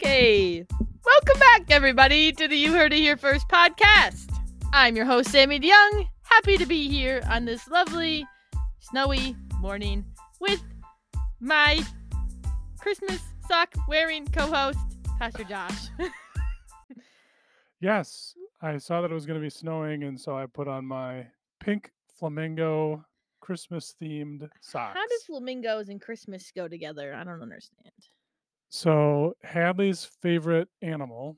Hey! Welcome back, everybody, to the You Heard It Here First podcast. I'm your host, Sammy DeYoung. Happy to be here on this lovely, snowy morning with my Christmas sock wearing co host, Pastor Josh. Yes, I saw that it was going to be snowing, and so I put on my pink flamingo Christmas themed socks. How do flamingos and Christmas go together? I don't understand. so Hadley's favorite animal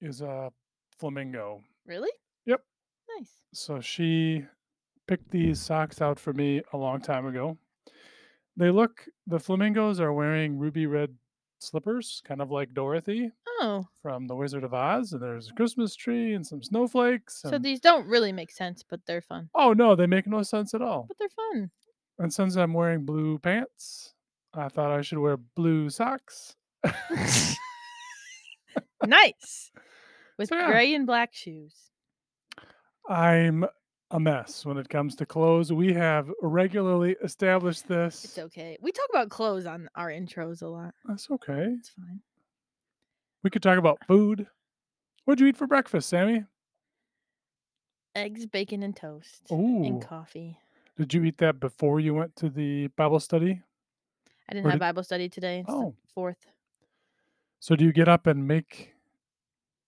is a flamingo. Really? Yep. Nice. So she picked these socks out for me a long time ago. They look the flamingos are wearing ruby red slippers, kind of like Dorothy Oh, from The Wizard of Oz, and there's a Christmas tree and some snowflakes. so and- these don't really make sense, but they're fun. oh no, they make no sense at all. But they're fun. And since I'm wearing blue pants, I thought I should wear blue socks. nice. With So, yeah. gray and black shoes. I'm a mess when it comes to clothes. We have regularly established this. It's okay. We talk about clothes on our intros a lot. That's okay. It's fine. We could talk about food. What'd you eat for breakfast, Sammy? Eggs, bacon, and toast. Ooh. And coffee. Did you eat that before you went to the Bible study? I didn't Or have did- Bible study today. It's Oh. the fourth. So do you get up and make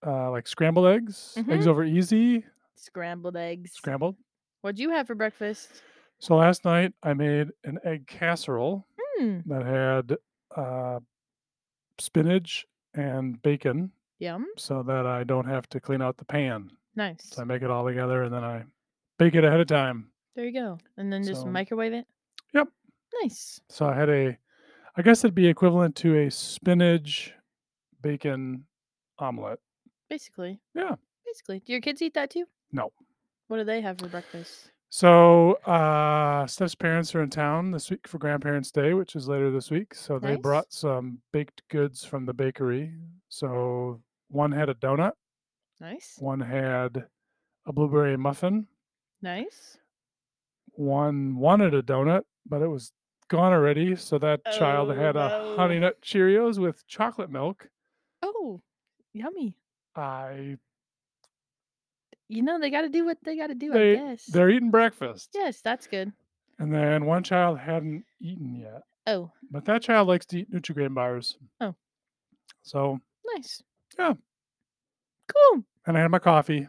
uh, like scrambled eggs? Eggs over easy? Scrambled eggs. Scrambled. What'd you have for breakfast? So last night I made an egg casserole. Hmm. that had uh, spinach and bacon Yum. so that I don't have to clean out the pan. Nice. So I make it all together and then I bake it ahead of time. There you go. And then just So- microwave it? Yep. Nice. So I had a, I guess it'd be equivalent to a spinach bacon omelet. Basically. Yeah. Basically. Do your kids eat that too? No. What do they have for breakfast? So uh, Steph's parents are in town this week for Grandparents' Day, which is later this week. So they Nice. brought some baked goods from the bakery. So one had a donut, Nice. one had a blueberry muffin, Nice. one wanted a donut, but it was gone already. So that child Oh, had a honey no. nut Cheerios with chocolate milk. Oh, yummy. I You know, they got to do what they got to do, I they guess. they're eating breakfast. Yes, that's good. And then one child hadn't eaten yet. Oh, But that child likes to eat Nutrigrain bars. Oh. So nice. Yeah. Cool. and I had my coffee.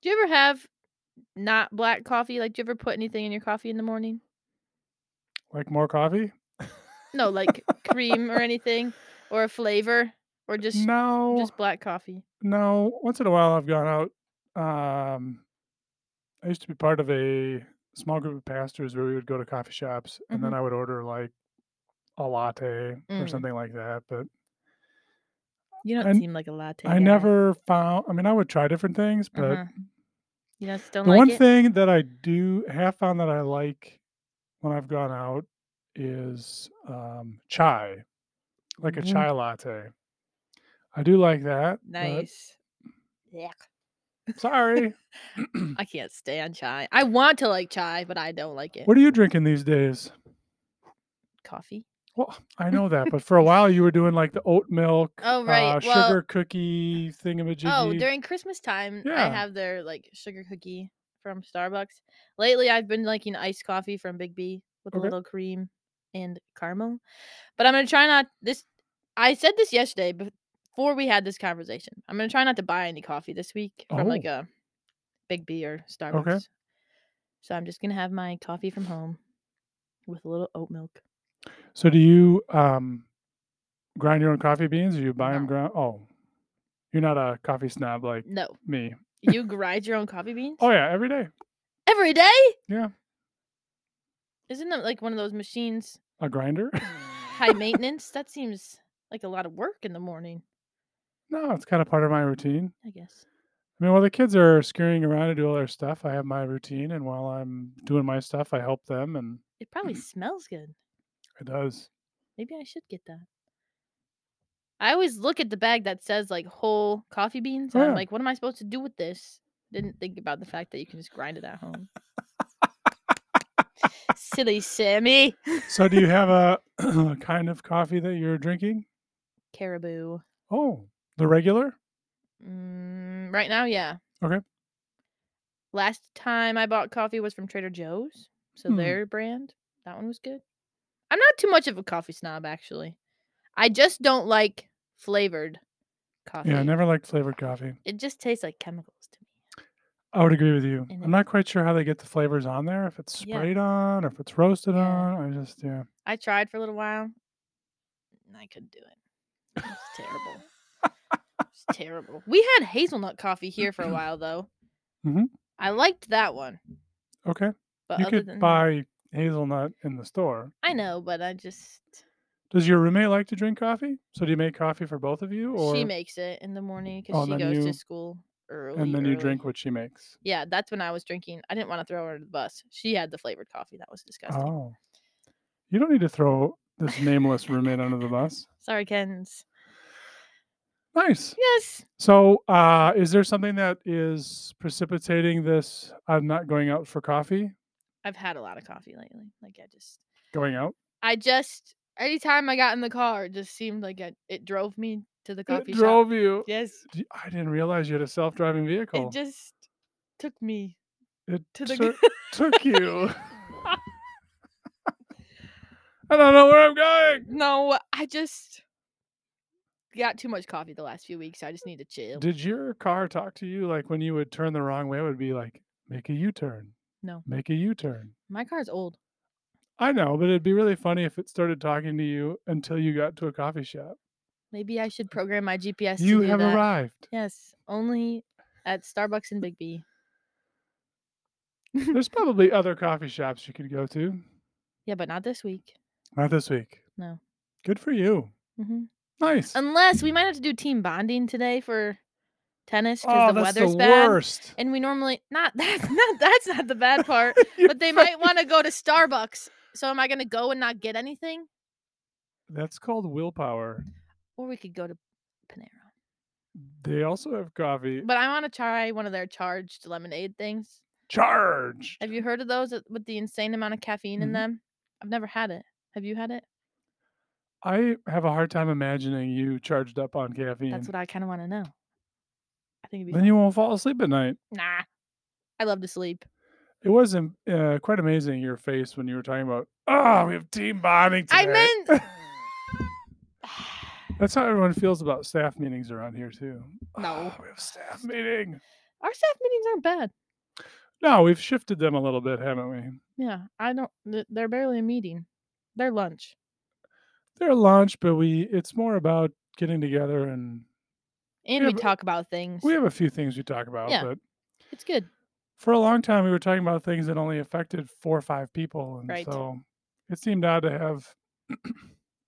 Do you ever have not black coffee? Like, do you ever put anything in your coffee in the morning? Like more coffee? No, like cream or anything, or a flavor, or just no. just black coffee. No, once in a while I've gone out. Um, I used to be part of a small group of pastors where we would go to coffee shops, and then I would order like a latte or Mm-hmm. Mm. something like that. But You don't I n- seem like a latte. I guy. never found. I mean, I would try different things, but Uh-huh. You just don't the like one it. thing that I do have found that I like when I've gone out is um, chai, like a Mm. chai latte. I do like that. but nice. Yeah. Sorry. I can't stand chai. I want to like chai, but I don't like it. what are you drinking these days? Coffee. Well, I know that, but for a while you were doing like the oat milk, Oh, right, uh, well- sugar cookie thingamajiggy. Oh, during Christmas time, I Yeah. have their like sugar cookie from Starbucks. Lately, I've been liking iced coffee from Big B with a Okay. little cream and caramel. But I'm gonna try not this. I said this yesterday bef- before we had this conversation. I'm gonna try not to buy any coffee this week from Oh. like a Big B or Starbucks. So I'm just gonna have my coffee from home with a little oat milk. so do you um, grind your own coffee beans, or you buy them No. ground? Oh, you're not a coffee snob like No, me. you grind your own coffee beans Oh yeah, every day every day. Yeah. Isn't that like one of those machines? a grinder. high maintenance. That seems like a lot of work in the morning, no, it's kind of part of my routine. I guess. I mean, while the kids are scurrying around and do all their stuff, I have my routine, and while I'm doing my stuff, I help them, and It probably smells good. it does. Maybe I should get that. I always look at the bag that says like whole coffee beans, and I'm Yeah. like, what am I supposed to do with this? Didn't think about the fact that you can just grind it at home. Silly Sammy. So, do you have a, a kind of coffee that you're drinking? Caribou. Oh, the regular? Mm, right now, yeah. Okay. Last time I bought coffee was from Trader Joe's, so Hmm. their brand. That one was good. I'm not too much of a coffee snob, actually. I just don't like flavored coffee. Yeah, I never liked flavored coffee. It just tastes like chemicals to me. I would agree with you. And I'm not quite sure how they get the flavors on there. If it's Yeah. sprayed on or if it's roasted Yeah. on. I just yeah. I tried for a little while. and I couldn't do it. It was terrible. It's terrible. We had hazelnut coffee here for a while though. Mhm. I liked that one, Okay. but you other could than buy hazelnut in the store. that, I know, but I just Does your roommate like to drink coffee? So do you make coffee for both of you, or she makes it in the morning Oh, because and she then goes you- to school early. and then you early. drink what she makes? Yeah, that's when I was drinking. I didn't want to throw her to the bus. She had the flavored coffee. That was disgusting. Oh, you don't need to throw this nameless roommate under the bus. Sorry, Ken's. Nice. Yes. So, uh, is there something that is precipitating this? I'm not going out for coffee. I've had a lot of coffee lately. Like I just Going out. I just anytime I got in the car, it just seemed like I, it drove me to the coffee it drove shop. you. Yes, D- I didn't realize you had a self-driving vehicle. it just took me It to the. cer- g- took you. I don't know where I'm going. no, I just got too much coffee the last few weeks. I just need to chill. Did your car talk to you like when you would turn the wrong way? It would be like, make a U-turn. No. Make a U-turn. My car's old. I know, but it'd be really funny if it started talking to you until you got to a coffee shop. Maybe I should program my GPS. you to do have that. arrived. Yes, only at Starbucks and Big B. There's probably other coffee shops you could go to. Yeah, but not this week. Not this week. No. Good for you. hmm Nice. Unless we might have to do team bonding today for tennis because oh, the that's weather's the bad. worst. and we normally not that's not that's not the bad part Your but they face. might want to go to starbucks so am i going to go and not get anything That's called willpower. or we could go to panera They also have coffee. but i want to try one of their charged lemonade things Charged. have you heard of those that- with the insane amount of caffeine in Mhm. them i've never had it have you had it I have a hard time imagining you charged up on caffeine. that's what i kind of want to know i think it'd be then fun. you won't fall asleep at night. nah i love to sleep It was am- uh, quite amazing your face when you were talking about, oh, we have team bonding today. I meant- That's how everyone feels about staff meetings around here, too. No. "Ah, we have staff meeting. our staff meetings aren't bad No, we've shifted them a little bit, haven't we? yeah i don't th- they're barely a meeting they're lunch They're lunch, but we it's more about getting together and and Yeah, we but talk about things we have a few things we talk about, Yeah. but it's good for a long time we were talking about things that only affected four or five people and Right. so it seemed odd to have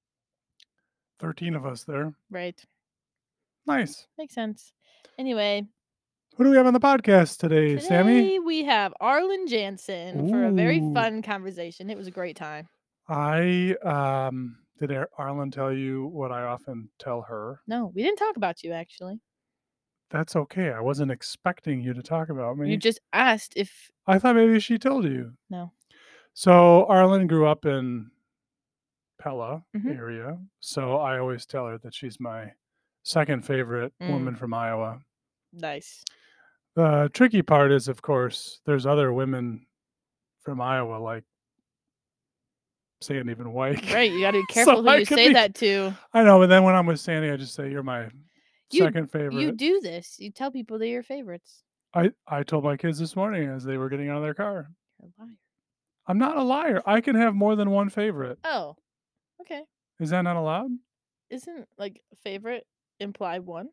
13 of us there right nice Makes sense. Anyway, who do we have on the podcast today, today sammy we have Arlen Jansen for a very Ooh. fun conversation. It was a great time. i um did Ar- arlen tell you what i often tell her No, we didn't talk about you actually. that's okay i wasn't expecting you to talk about me You just asked if i thought maybe she told you No. so arlen grew up in pella Mhm. area so i always tell her that she's my second favorite Mm. woman from iowa nice. The tricky part is, of course, there's other women from Iowa like Sandy Van Wyke. Right, you got to be So careful who I you could say be- that to. I know, but then when I'm with Sandy, I just say you're my You- second favorite. You do this. You tell people they're your favorites. I I told my kids this morning as they were getting out of their car, You're a liar. I'm not a liar. I can have more than one favorite. Oh, okay. Is that not allowed? Isn't like favorite imply one?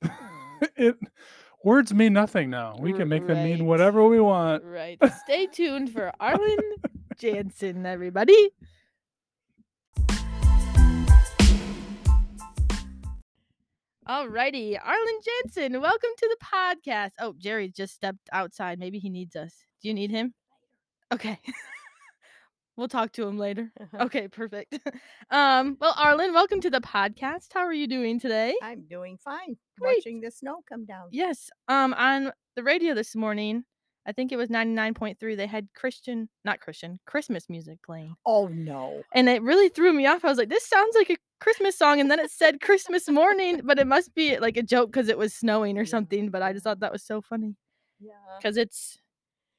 it words mean nothing now. We R- can make them mean right. whatever we want. Right. Stay tuned for Arlen Jansen, everybody. Alrighty, Arlen Jansen, welcome to the podcast. Oh, Jerry just stepped outside. Maybe he needs us. Do you need him? Okay. we'll talk to him later. Okay, perfect. Um, well, Arlen, welcome to the podcast. How are you doing today? I'm doing fine Great. watching the snow come down. Yes. Um, on the radio this morning, I think it was 99.3. They had Christian, not Christian, Christmas music playing. Oh no. And it really threw me off. I was like, this sounds like a Christmas song. And then it said Christmas morning, but it must be like a joke because it was snowing or Yeah. something. But I just thought that was so funny Yeah. because it's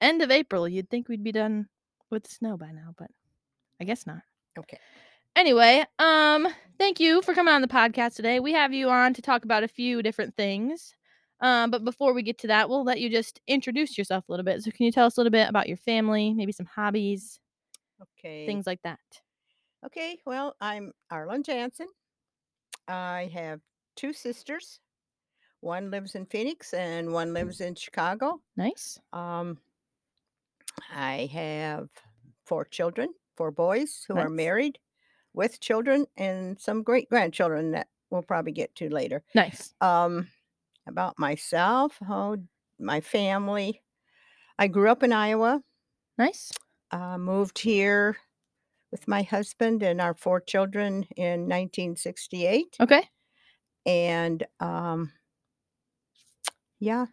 end of April. You'd think we'd be done with the snow by now, but I guess not. Okay. Anyway, um, thank you for coming on the podcast today. We have you on to talk about a few different things. Um, but before we get to that, we'll let you just introduce yourself a little bit. So, can you tell us a little bit about your family, maybe some hobbies, Okay. things like that? Okay, well, I'm Arlen Jansen. I have two sisters. One lives in Phoenix and one lives in Chicago. Nice. Um, I have four children, four boys who are Nice. married with children and some great grandchildren that we'll probably get to later. Nice. Um, about myself, how my family. I grew up in Iowa, Nice. uh, moved here with my husband and our four children in 1968. Okay. And um, yeah,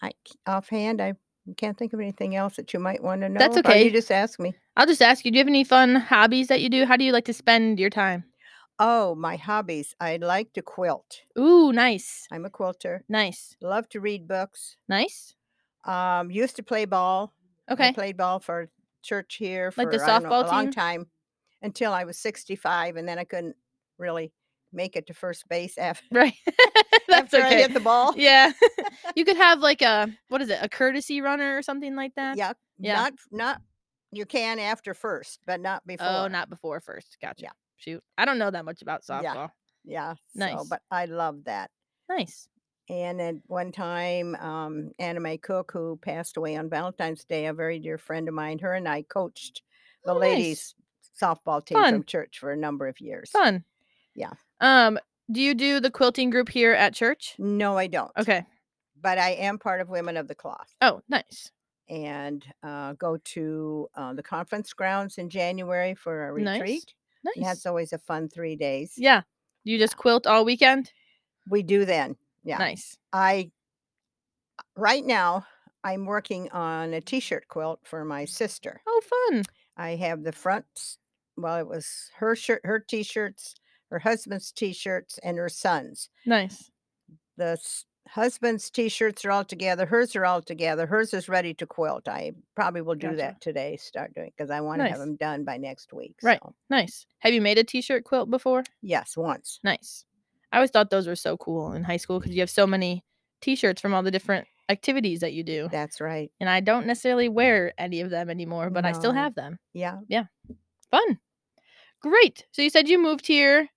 I c- offhand I can't think of anything else that you might want to know. That's about. okay. You just ask me. I'll just ask you do you have any fun hobbies that you do? How do you like to spend your time? Oh, my hobbies. I like to quilt. Ooh, nice. I'm a quilter. Nice. Love to read books. Nice. Um, used to play ball. I Okay. played ball for church here for Like the I don't know, softball a long team? time until I was 65, and then I couldn't really make it to first base after, Right. That's after I okay. hit the ball. Yeah. you could have like a what is it, a courtesy runner or something like that? Yeah, Yeah. Not not you can after first, but not before. Oh, not before first. Gotcha. Yeah. Shoot. I don't know that much about Yeah. softball. yeah. Nice. So, but I love that. Nice. And at one time, um, Anna Mae Cook, who passed away on Valentine's Day, a very dear friend of mine, her and I coached the Oh, nice. ladies softball team Fun. from church for a number of years. Fun. Yeah. Um, do you do the quilting group here at church? No, I don't. Okay. But I am part of Women of the Cloth. Oh, nice. and uh, go to uh, the conference grounds in January for a Nice. retreat. And Nice. that's always a fun three days. Yeah. You just quilt all weekend? We do then. Yeah. Nice. I right now I'm working on a t-shirt quilt for my sister. Oh, fun. I have the fronts. Well, it was her shirt, her t-shirts, her husband's t-shirts, and her son's. Nice. The s- husband's t-shirts are all together. Hers are all together. Hers is ready to quilt. I probably will do Gotcha. that today. Start doing because I want to have Nice. them done by next week. Right. so. Nice. Have you made a t-shirt quilt before? Yes, once. Nice. I always thought those were so cool in high school because you have so many t-shirts from all the different activities that you do. That's right. And I don't necessarily wear any of them anymore, but I still No. have them. Yeah. Fun. Great. So you said you moved here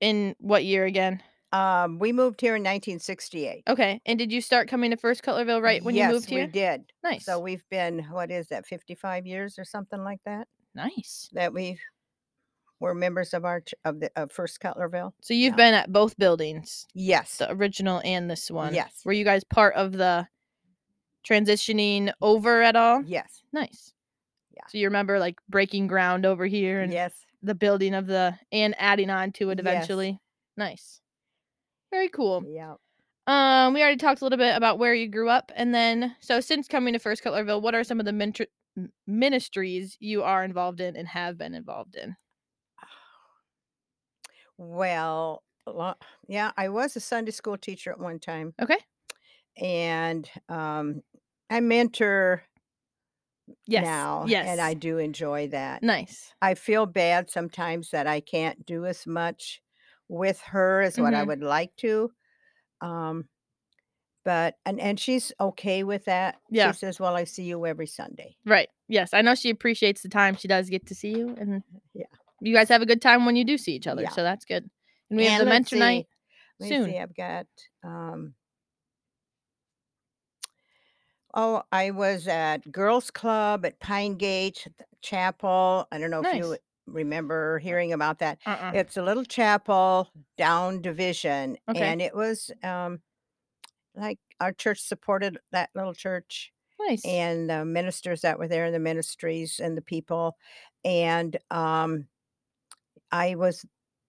in what year again? Um, we moved here in 1968. Okay. And did you start coming to First Cutlerville Oh, right when yes, you moved here? we did. Nice. So we've been what is that 55 years or something like that nice. that we were members of our ch- of the of First Cutlerville. So you've Yeah. been at both buildings, Yes. the original and this one. Yes. Were you guys part of the transitioning over at all? Yes. Nice. Mm-hmm. Yeah. So you remember like breaking ground over here and Yes. the building of the and adding on to it Yes. eventually. Nice. Very cool. Yeah. Um, we already talked a little bit about where you grew up, and then so since coming to First Cutlerville, what are some of the mentor- m- ministries you are involved in and have been involved in? Well, lo- yeah, I was a Sunday school teacher at one time. Okay. And um I mentor Yes. now yes. and I do enjoy that. nice. I feel bad sometimes that I can't do as much with her as what I Mhm. would like to. Um, but and and she's okay with that. Yeah. She says, "Well, I see you every Sunday." Right. Yes. I know she appreciates the time she does get to see you, and Yeah. you guys have a good time when you do see each other. Yeah. So that's good. And we have And the let's mentor see, night. let me soon. See, I've got. Um, oh, I was at girls' club at Pine Gate Chapel. I don't know if you Nice. Uh, remember hearing about that. Uh-uh. It's a little chapel down division, Okay. and it was um, like our church supported that little church nice. and the ministers that were there, and the ministries and the people, and um, I was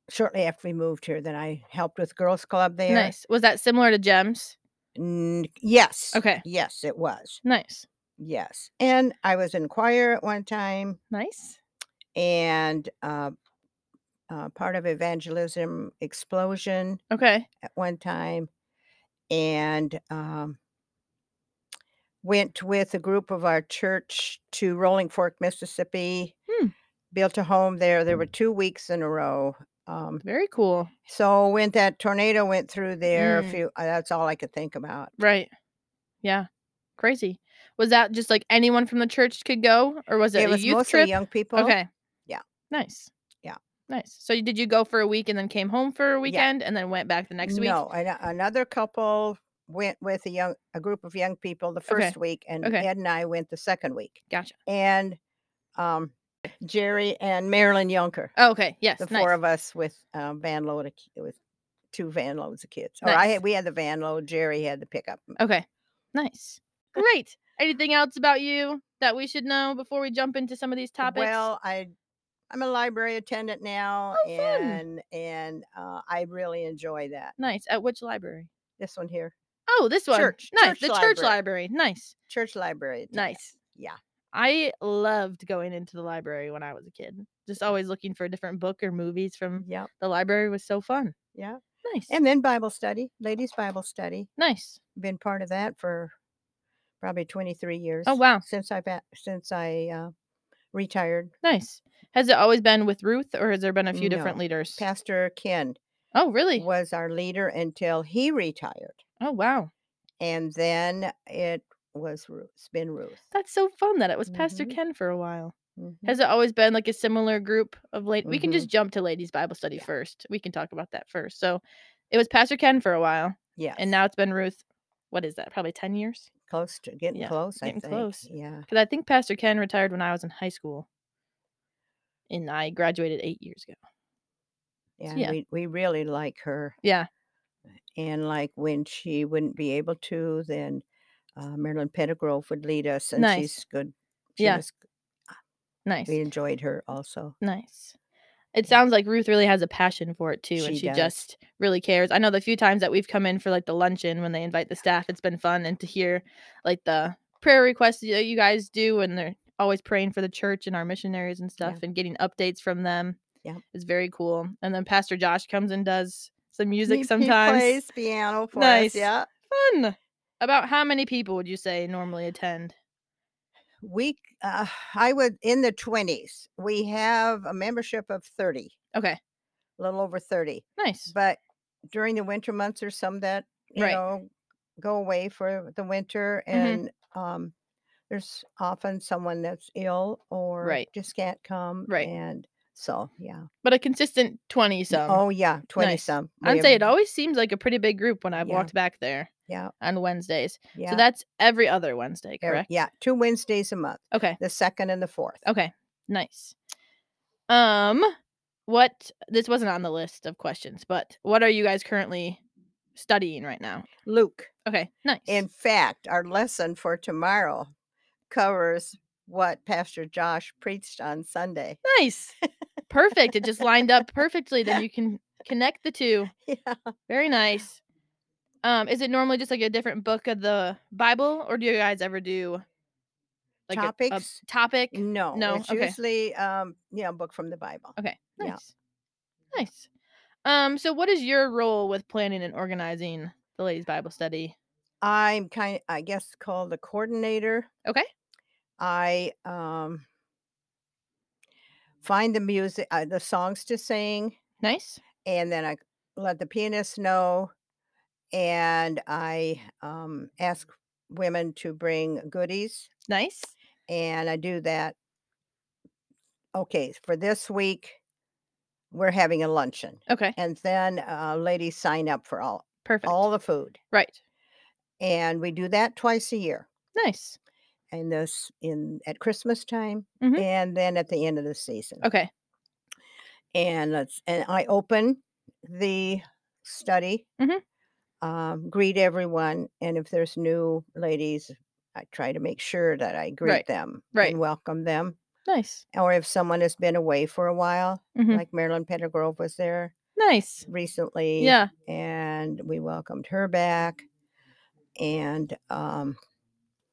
shortly after we moved here. Then I helped with girls' club there. nice. Was that similar to Gems? N- yes. Okay. Yes, it was. Nice. Yes. And I was in choir at one time. Nice. and uh, uh, part of evangelism explosion Okay. at one time and um, went with a group of our church to rolling fork mississippi Hmm. Mm. built a home there there were two weeks in a row um, Very cool. so when that tornado went through there Mm. a few uh, that's all i could think about Right. Yeah. Crazy. Was that just like anyone from the church could go, or was it, it a was youth mostly trip? young people Okay. Yeah. Nice. Yeah. Nice. So you- did you go for a week and then came home for a weekend and then went back the next week? No, an- another couple went with a young a group of young people the Okay. first week, and Okay. Ed and I went the second week, Gotcha. and um, Jerry and Marilyn Yonker, Oh, okay. Yes. the nice. four of us with a van load of ki- with two van loads of kids. Or I Nice. had, we had the van load. Jerry had the pickup. Okay. Nice. Great. Anything else about you that we should know before we jump into some of these topics? Well, I I'm a library attendant now, Oh, fun. and and uh, I really enjoy that. nice. At which library? This one here, Oh, this one. Church- Nice. church the church library. library. Nice. church library. attendant. Nice. Yeah. I loved going into the library when I was a kid. Just always looking for a different book or movies from Yep. the library was so fun. Yeah. Nice. And then Bible study, ladies' Bible study. nice. Been part of that for probably 23 years. Oh wow. Since I ba- since I uh, retired, Nice. Has it always been with Ruth or has there been a few different No. leaders? Pastor Ken oh really? was our leader until he retired, Oh wow. and then it was Ruth. It's been Ruth. That's so fun that it was Pastor Mhm. Ken for a while. Mhm. Has it always been like a similar group of late? We can Mhm. just jump to ladies' Bible study Yeah. first. We can talk about that first. So it was Pastor Ken for a while, Yes. and now it's been Ruth. What is that? Probably 10 years? close to getting yeah, close. getting I think. close. Yeah. Because I think Pastor Ken retired when I was in high school, and I graduated eight years ago. And yeah. we we really like her, Yeah. and like when she wouldn't be able to, then uh, Marilyn Pettigrove would lead us, and Nice. she's good. She Yeah. was Nice. We enjoyed her also. Nice. It sounds like Ruth really has a passion for it too, and She she does. just really cares. I know the few times that we've come in for like the luncheon when they invite the staff, it's been fun, and to hear like the prayer requests that you guys do, and they're always praying for the church and our missionaries and Yeah. stuff, and getting updates from them. Yeah. it's very cool. And then Pastor Josh comes and does some music He- he sometimes. plays piano for Nice. us. Yeah. Fun. About how many people would you say normally attend? We, uh, I would in the twenties. We have a membership of thirty, Okay, a little over thirty. nice. But during the winter months, there's some that you Right. Mm-hmm. know go away for the winter, and um, there's often someone that's ill or Right. just can't come. Right. And so, yeah. But a consistent twenty some. oh yeah, twenty nice. some. We I'd have- say it always seems like a pretty big group when I've Yeah. walked back there Yeah. on Wednesdays. Yeah. So that's every other Wednesday, every- correct? Oh, Yeah. Two Wednesdays a month, Okay. the second and the fourth. Okay. Nice. Um, what this wasn't on the list of questions, but what are you guys currently studying right now? Luke. Okay. Nice. In fact, our lesson for tomorrow covers what Pastor Josh preached on Sunday. nice. Perfect. It just lined up perfectly. Then you can connect the two. Yeah. Very nice. Um, is it normally just like a different book of the Bible, or do you guys ever do a- a Topics? Mm, topic? No, No, it's okay. usually um, you know, a book from the Bible. Okay. Yeah. Nice. Nice. Um, so what is your role with planning and organizing the ladies' Bible study? I'm kind I guess called the coordinator. Okay. I um find the music uh, the songs to sing Nice. and then I let the pianist know and I um ask women to bring goodies Nice. and I do that. Okay, for this week, we're having a luncheon, Okay. and then uh, ladies sign up for all Perfect. all the food, Right. and we do that twice a year. Nice. And this in at Christmas time, Mhm. and then at the end of the season. Okay. And let's and I open the study, Mhm. um, greet everyone, and if there's new ladies, I try to make sure that I greet Right, them right. and welcome them. Nice. or if someone has been away for a while, Mhm. like Marilyn Pettigrove was there Nice. recently. Yeah. And we welcomed her back. and um,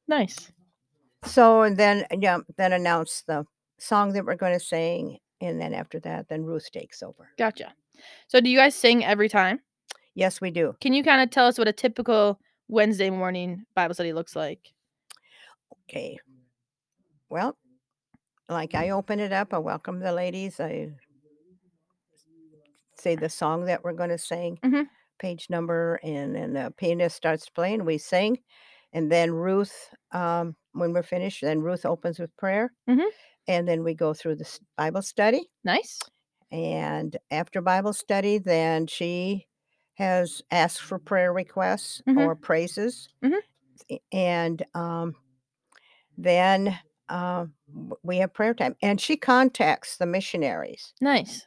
Nice. so and then yeah, then announce the song that we're going to sing, and then after that, then Ruth takes over. Gotcha. So do you guys sing every time? Yes, we do. Can you kind of tell us what a typical Wednesday morning Bible study looks like? Okay. Well, like I open it up, I welcome the ladies, I say the song that we're going to sing, Mhm. page number, and then the pianist starts to play and we sing. And then Ruth, um, when we're finished, then Ruth opens with prayer. Mhm. And then we go through the s- Bible study. Nice. And after Bible study, then she has asked for prayer requests Mhm. or praises. Mhm. A- And um, then uh, w- we have prayer time. And she contacts the missionaries Nice.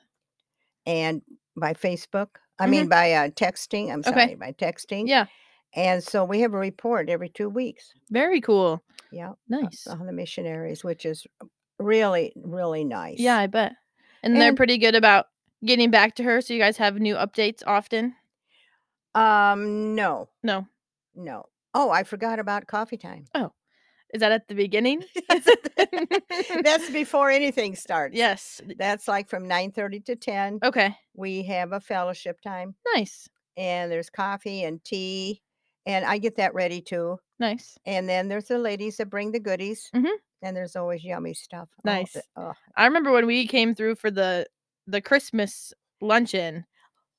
and by Facebook, I Mhm. mean by uh, texting. I'm Okay. sorry, by texting. Yeah. And so we have a report every two weeks. Very cool. Uh, Yeah. Nice. On the missionaries, which is really, really nice. Yeah, I bet. And, they're And- pretty good about getting back to her. So you guys have new updates often. Um, no, No, no. Oh, I forgot about coffee time. is that at the beginning? That's before anything starts. yes. That's like from 9:30 to 10. Okay. We have a fellowship time Nice. and there's coffee and tea and I get that ready too. Nice. And then there's the ladies that bring the goodies. Mhm. And there's always yummy stuff. Oh, Nice. the- oh, I remember when we came through for the the Christmas luncheon.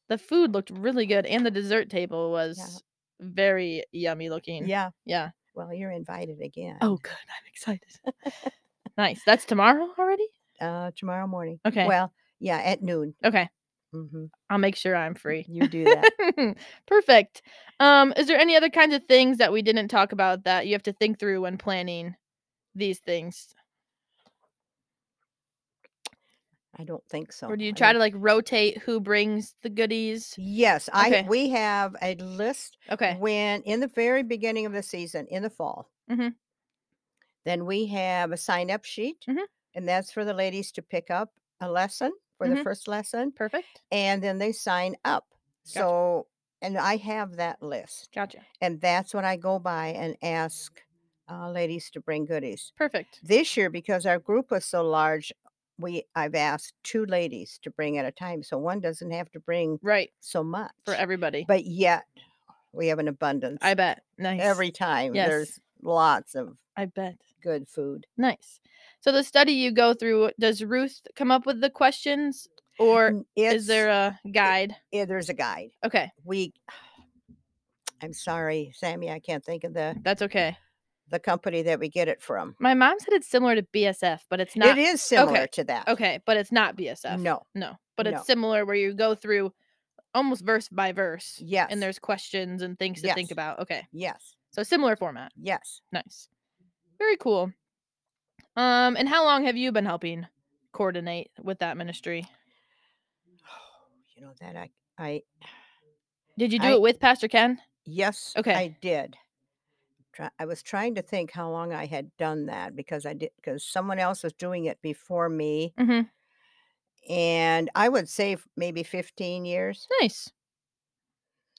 The food looked really good, and the dessert table was very yummy looking. yeah. Yeah. Well, you're invited again. Oh, good. I'm excited. nice. That's tomorrow already. Uh, tomorrow morning. Okay. Well, yeah, at noon. Okay. hmm I'll make sure I'm free. You do that. Perfect. Um, is there any other kinds of things that we didn't talk about that you have to think through when planning these things, I don't think so. or do you Oh, I try mean- to like rotate who brings the goodies? Yes, I Okay. we have a list Okay. when in the very beginning of the season in the fall. Mhm. Then we have a sign up sheet, Mhm. and that's for the ladies to pick up a lesson for Mhm. the first lesson, Perfect. and then they sign up. So, and I have that list. Gotcha. and that's what I go by and ask uh, ladies to bring goodies. Perfect. This year, because our group was so large, we I've asked two ladies to bring at a time, so one doesn't have to bring Right. so much. For everybody. but yet, we have an abundance. I bet. Nice. every time Yes. there's lots of I bet. good food. Nice. So the study you go through, does Ruth come up with the questions or N- It's, is there a guide? yeah, there's a guide? Okay. We. I'm sorry, Sammy. I can't think of the That's okay. the company that we get it from. My mom said it's similar to BSF, but it's not it is similar to that. Okay, but it's not BSF. No. No. But No. it's similar where you go through almost verse by verse. Yes. And there's questions and things to think Yes. about. Okay. yes. So similar format. Yes. Nice. Very cool. Um and how long have you been helping coordinate with that ministry? Oh, you know that I I Did you do I- it with Pastor Ken? yes Okay. I did. Try, I was trying to think how long I had done that because I did because someone else was doing it before me Mm-hmm. and I would say f- maybe 15 years Nice.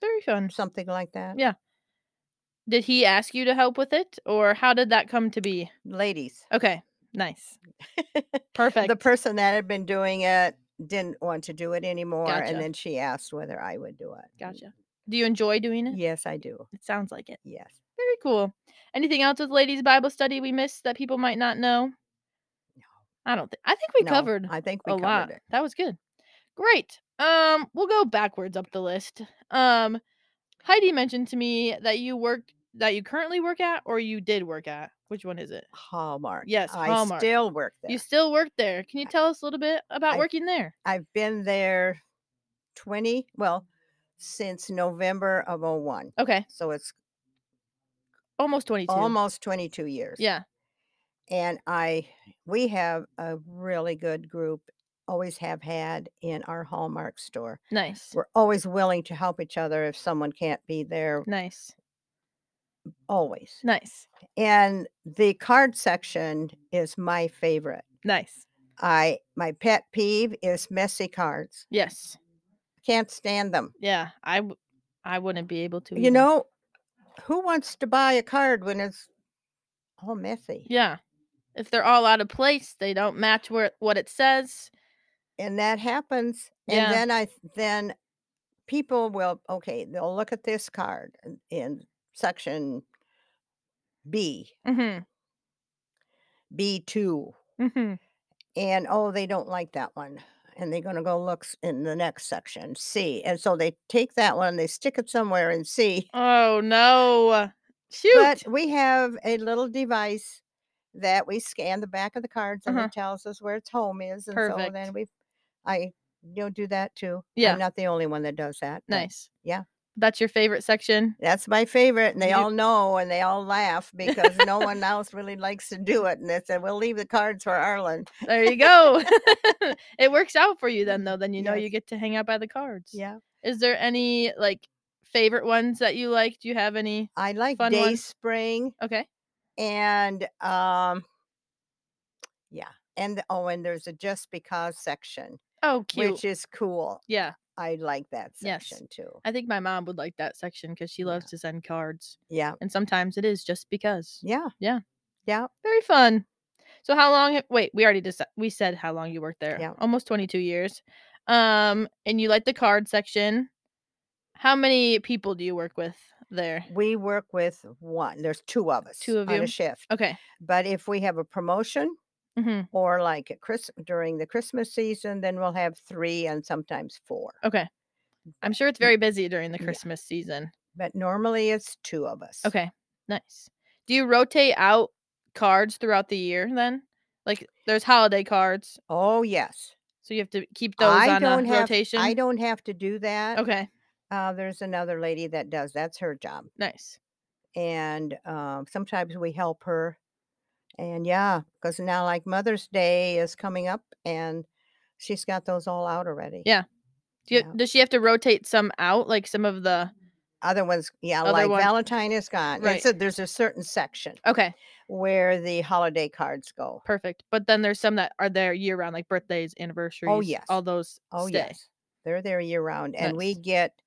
Very fun. something like that. Yeah. Did he ask you to help with it or how did that come to be? Ladies. Okay. Nice. Perfect. The person that had been doing it didn't want to do it anymore Gotcha. and then she asked whether I would do it. gotcha. Do you enjoy doing it? Yes, I do. It sounds like it. Yes. Very cool. Anything else with ladies Bible study we missed that people might not know? I don't think I think we No, covered I think a we covered lot. it. That was good. Great. Um, we'll go backwards up the list. Um, Heidi mentioned to me that you worked that you currently work at or you did work at. Which one is it? Hallmark. Yes, I Hallmark. still work there. You still work there. Can you tell us a little bit about I- working there? I've been there 20, well, since November of 01. Okay, So it's almost twenty-two. almost 22 years. Yeah. And I we have a really good group always have had in our Hallmark store. Nice. We're always willing to help each other if someone can't be Mm. there Nice. always. Nice. And the card section is my favorite. Nice. I my pet peeve is messy cards. Yes. Can't stand them. Yeah. I w- I wouldn't be able to. You either. know, who wants to buy a card when it's all messy? Yeah. If they're all out of place, they don't match where what it says. and that happens Yeah. and then i th- then people will okay they'll look at this card in- in section b Mhm. b2 mm-hmm. Mhm. and oh they don't like that one and they're going to go look s- in the next section c and so they take that one they stick it somewhere in c Oh no. Shoot. but we have a little device that we scan the back of the cards and Uh-huh. it tells us where its home is and so Perfect. then we i you know do that too Yeah. i'm not the only one that does that but- nice. yeah. That's your favorite section. That's my favorite. And they You- all know and they all laugh because no one else really likes to do it. And they said, we'll leave the cards for Ireland. There you go. it works out for you then though. Then you know Yes. you get to hang out by the cards. Yeah. Is there any like favorite ones that you like? Do you have any? I like Fun Day one. Spring Okay. and, um, yeah. And, the- oh, and there's a Just Because section, Oh, cute. which is cool. yeah. I like that Yes. section too. I think my mom would like that section because she Yeah. loves to send cards. Yeah. And sometimes it is just because. Yeah. Yeah. Yeah. Very fun. So how long ha- wait, we already decided we said how long you worked there. Yeah. Almost 22 years. Um and you like the card section. How many people do you work with there? We work with one. There's two of us Two of on you? a shift. Okay. But if we have a promotion, Mhm. or like at Chris during the Christmas season, then we'll have three and sometimes four. Okay. I'm sure it's very busy during the Christmas season. But normally it's two of us. Okay. Nice. Do you rotate out cards throughout the year then? Like there's holiday cards, Oh yes. so you have to keep those I on don't a have rotation. I don't have to do that. Okay. Uh, there's another lady that does. That's her job, Nice. and um, sometimes we help her. And yeah, because now like Mother's Day is coming up, and she's got those all out already. Yeah. Do you, Yeah. Does she have to rotate some out, like some of the? Other ones, yeah, Other like ones- Valentine is gone. And Right. so there's a certain section Okay, where the holiday cards go. perfect. But then there's some that are there year round, like birthdays, anniversaries. Oh, yes. all those. Oh stay. yes, they're there year round, and we Nice. get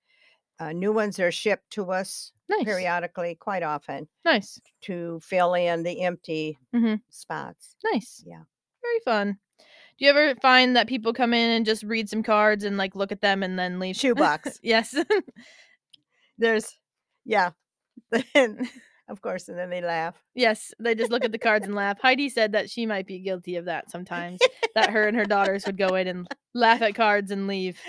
uh, new ones are shipped to us nice, periodically, quite often, nice, to fill in the empty Mhm. spots. nice. Yeah. very fun. Do you ever find that people come in and just read some cards and like look at them and then leave? Shoebox. yes. There's, yeah, then of course, and then they laugh. Yes, they just look at the cards and laugh. Heidi said that she might be guilty of that sometimes. that her and her daughters would go in and laugh at cards and leave.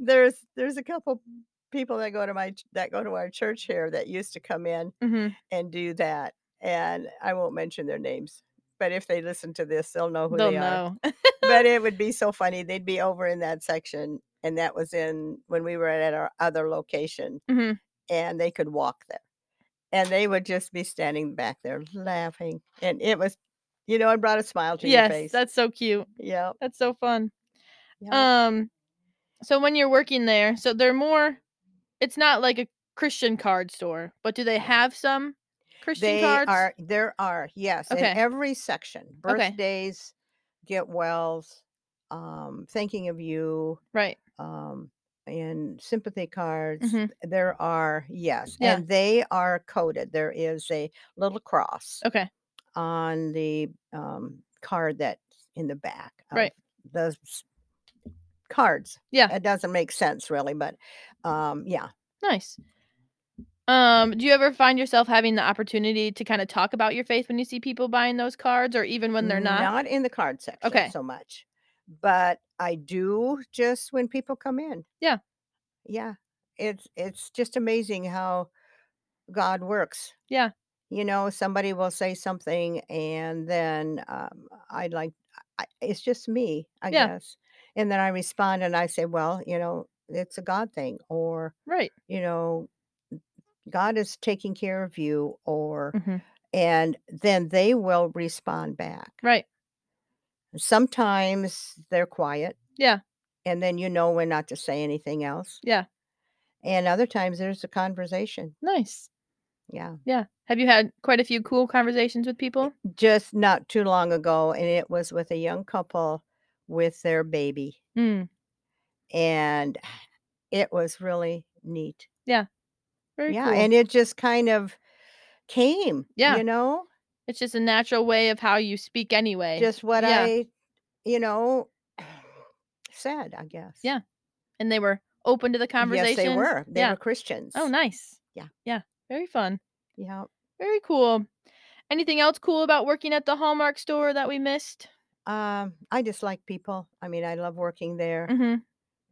There's there's a couple people that go to my ch- that go to our church here that used to come in hmm and do that, and I won't mention their names. But if they listen to this, they'll know who They'll Oh, they are. know. but it would be so funny. They'd be over in that section, and that was in when we were at our other location, Mhm. and they could walk there, and they would just be standing back there laughing, and it was, you know, it brought a smile to your Yes, face. that's so cute. yeah, That's so fun. yeah. Um, so when you're working there, so they're more. It's not like a Christian card store, but do they have some Christian they cards? are there are yes Okay. in every section Okay. birthdays, get wells, um, thinking of you, right. um, and sympathy cards. Mhm. There are, yes, Yeah. and they are coded. There is a little cross Okay. on the um, card that's in the back. of Right. The s- cards. Yeah. It doesn't make sense really, but um, yeah. Nice. Um, do you ever find yourself having the opportunity to kind of talk about your faith when you see people buying those cards, or even when they're not? Not in the card section Okay. so much, but I do just when people come in. Yeah. Yeah. It's it's just amazing how God works. Yeah. You know, somebody will say something, and then um, I like, I, it's just me, I Yeah. guess. And then I respond and I say, well, you know, it's a God thing, or, Right. you know, God is taking care of you, or, Mhm. and then they will respond back. Right. Sometimes they're quiet. Yeah. And then you know when not to say anything else. Yeah. And other times there's a conversation. Nice. Yeah. Yeah. Have you had quite a few cool conversations with people? Just not too long ago, and it was with a young couple with their baby. Mm. And it was really neat. Yeah. Very yeah cool. and it just kind of came Yeah. you know it's just a natural way of how you speak anyway. just what yeah. i you know said i guess Yeah, and they were open to the conversation. yes they were they yeah. were christians Oh, nice. Yeah. Yeah. Very fun. yeah Very cool. Anything else cool about working at the Hallmark store that we missed? um i just like people i mean i love working there hmm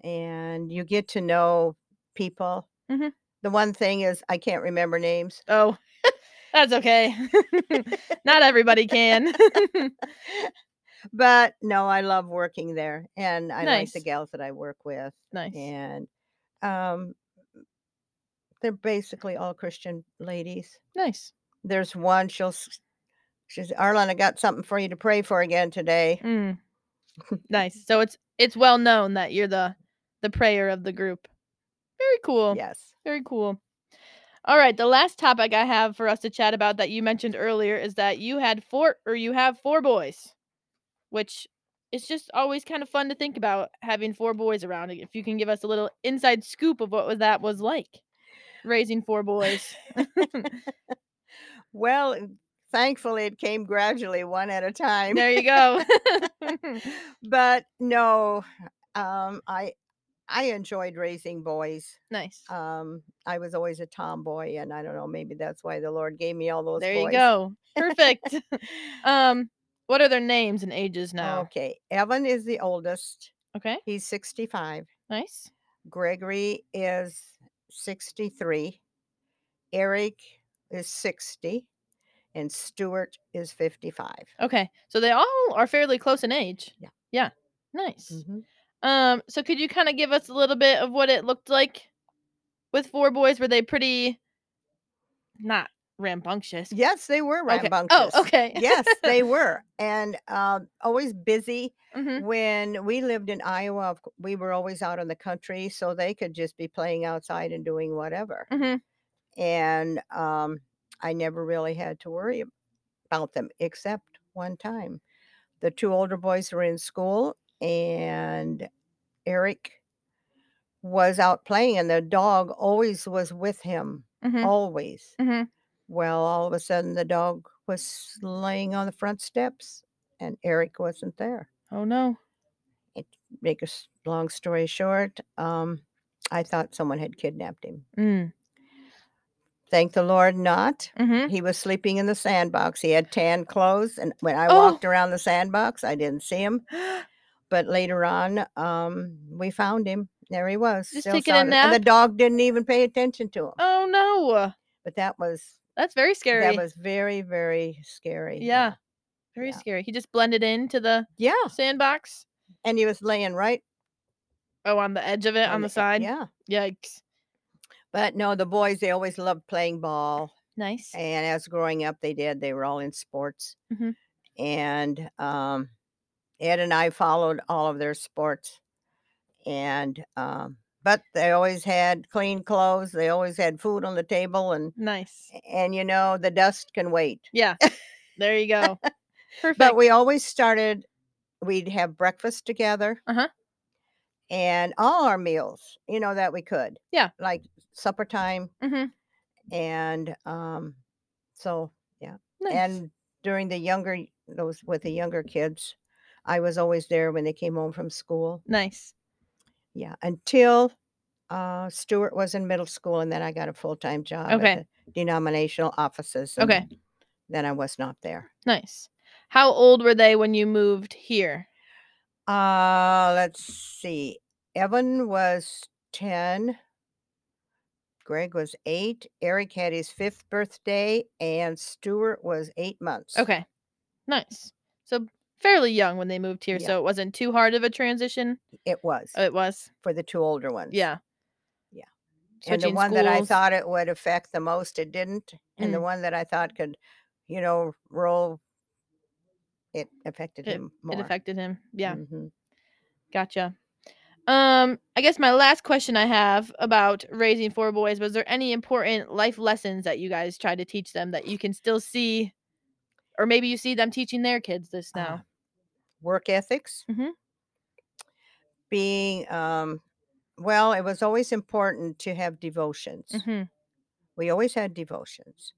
and you get to know people Mhm. the one thing is i can't remember names Oh, that's okay. Hmm. Not everybody can. but no i love working there and i like the Nice. gals that i work with nice. and um they're basically all christian ladies Nice. there's one she'll s- she says arlen i got something for you to pray for again today Mm. nice. So it's it's well known that you're the the prayer of the group. Very cool. yes Very cool. All right, the last topic I have for us to chat about that you mentioned earlier is that you had four or you have four boys, which it's just always kind of fun to think about having four boys around. If you can give us a little inside scoop of what was that was like raising four boys. well thankfully it came gradually one at a time there you go. but no um i i enjoyed raising boys nice. um i was always a tomboy and i don't know maybe that's why the lord gave me all those There you boys. go. Perfect. um what are their names and Oh. ages now? okay evan is the oldest Okay. he's 65 Nice. Gregory is 63, Eric is 60, and Stuart is 55. Okay. So they all are fairly close in age. Yeah. Yeah. Nice. Mm-hmm. Um, so could you kind of give us a little bit of what it looked like with four boys? Were they pretty not rambunctious? Yes, they were Okay. rambunctious. Oh, okay. yes, they were, and um, always busy. hmm When we lived in Iowa, of cou- we were always out in the country, so they could just be playing outside and doing whatever. hmm And um, I never really had to worry about them, except one time. The two older boys were in school, and Eric was out playing, and the dog always was with him, hmm always. hmm Well, all of a sudden, the dog was laying on the front steps, and Eric wasn't there. Oh no. Make a s- long story short, um, I thought someone had kidnapped him. Mm. Thank the Lord, not. hmm He was sleeping in the sandbox. He had tan clothes, and when I Oh. walked around the sandbox, I didn't see him. But later on, um, we found him. There he was, Just still taking a sound- and the nap? dog didn't even pay attention to him. Oh no. But that was That's very scary. that was very very scary. yeah. Very yeah. scary. He just blended into the yeah, Yeah, sandbox. and he was laying right Oh, on the edge of it, on the e- side. Yeah, Yikes. but no, the boys they always loved playing ball, Nice. and as growing up they did. They were all in sports, Mhm. and um, Ed and I followed all of their sports. and um, but they always had clean clothes they always had food on the table and Nice. and you know the dust can wait Yeah. there you go. Perfect. but we always started we'd have breakfast together Uh-huh. and all our meals you know that we could Yeah. like supper time hmm and um so Nice. and during the younger y- those with the younger kids i was always there when they came home from school nice. Yeah, until uh, Stewart was in middle school, and then I got a full time job Okay. at the denominational offices. and Okay. Then I was not there. Nice. How old were they when you moved here? Uh, let's see. Evan was 10. Greg was eight. Eric had his fifth birthday, and Stewart was eight months. Okay. Nice. So fairly young when they moved here, Yeah. so it wasn't too hard of a transition. It was Oh, It was. for the two older ones. Yeah. Yeah. and Switching the one that I schools. thought it would affect the most, it didn't. And the Mm. one that I thought could, you know, roll, it affected him more. it affected him. Yeah. Mhm. Gotcha. Um, I guess my last question I have about raising four boys was there any important life lessons that you guys tried to teach them that you can still see or maybe you see them teaching their kids this Uh, now? work ethics. Mhm. Being, um, well, it was always important to have devotions. hmm we always had devotions.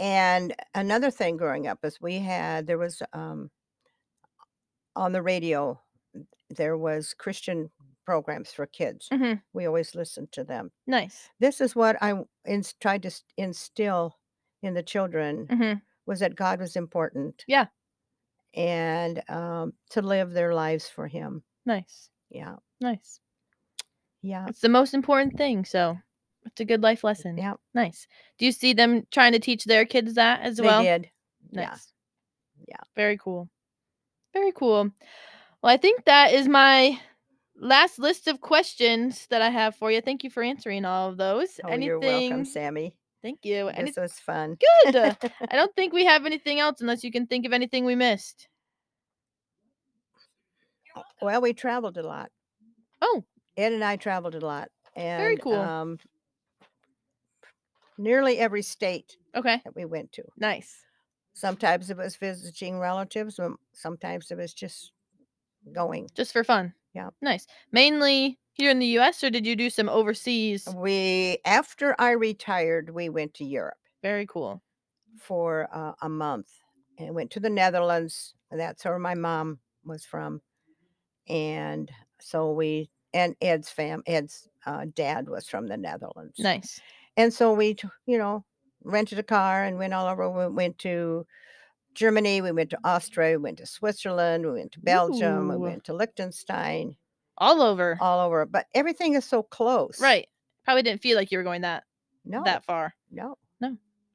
And another thing growing up is we had, there was um, on the radio, there was Christian programs for kids. Mhm. We always listened to them. Nice. This is what I ins- tried to s- instill in the children hmm was that God was important. Yeah. And um, to live their lives for Him. Nice. Yeah. Nice. Yeah. It's the most important thing. So it's a good life lesson. Yeah. Nice. Do you see them trying to teach their kids that as They well? did. yeah. Nice. Yeah. Very cool. Very cool. Well, I think that is my last list of questions that I have for you. Thank you for answering all of those. Oh, Anything? you're welcome, Sammy. Thank you. Any- This was fun. good. Uh, I don't think we have anything else unless you can think of anything we missed. Well, we traveled a lot. Oh, Ed and I traveled a lot. And, cool. Um, nearly every state okay. that we went to. Nice. Sometimes it was visiting relatives, um, sometimes it was just going. Just for fun. Yep. Nice. Mainly here in the US or did you do some overseas? Oh. We, after I retired, we went to Europe. Very cool. for uh, a month and went to the Netherlands. That's where my mom was from, and so we and Ed's fam Ed's uh, dad was from the Netherlands. Nice. And so we, t- you know, rented a car and went all over. We went to Germany. We went to Austria. We went to Switzerland. We went to Belgium. Ooh. We went to Liechtenstein. All over. All over, but everything is so close. Right. Probably didn't feel like you were going that No. that far. no.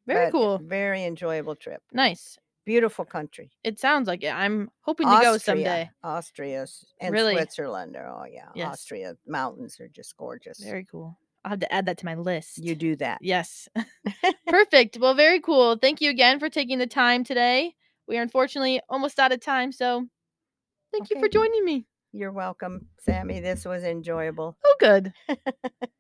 Very but um, cool. Very enjoyable trip. Nice. Beautiful country. It sounds like it. I'm hoping to go someday. Austria s- and Really? Switzerland. are- Oh yeah, Yes. Austria mountains are just gorgeous. Very cool. I'll have to add that to my list. you do that. Yes. Perfect. Well, very cool. Thank you again for taking the time today. We are unfortunately almost out of time, so thank you for Okay. joining me. You're welcome, Sammy. This was enjoyable. Oh, good.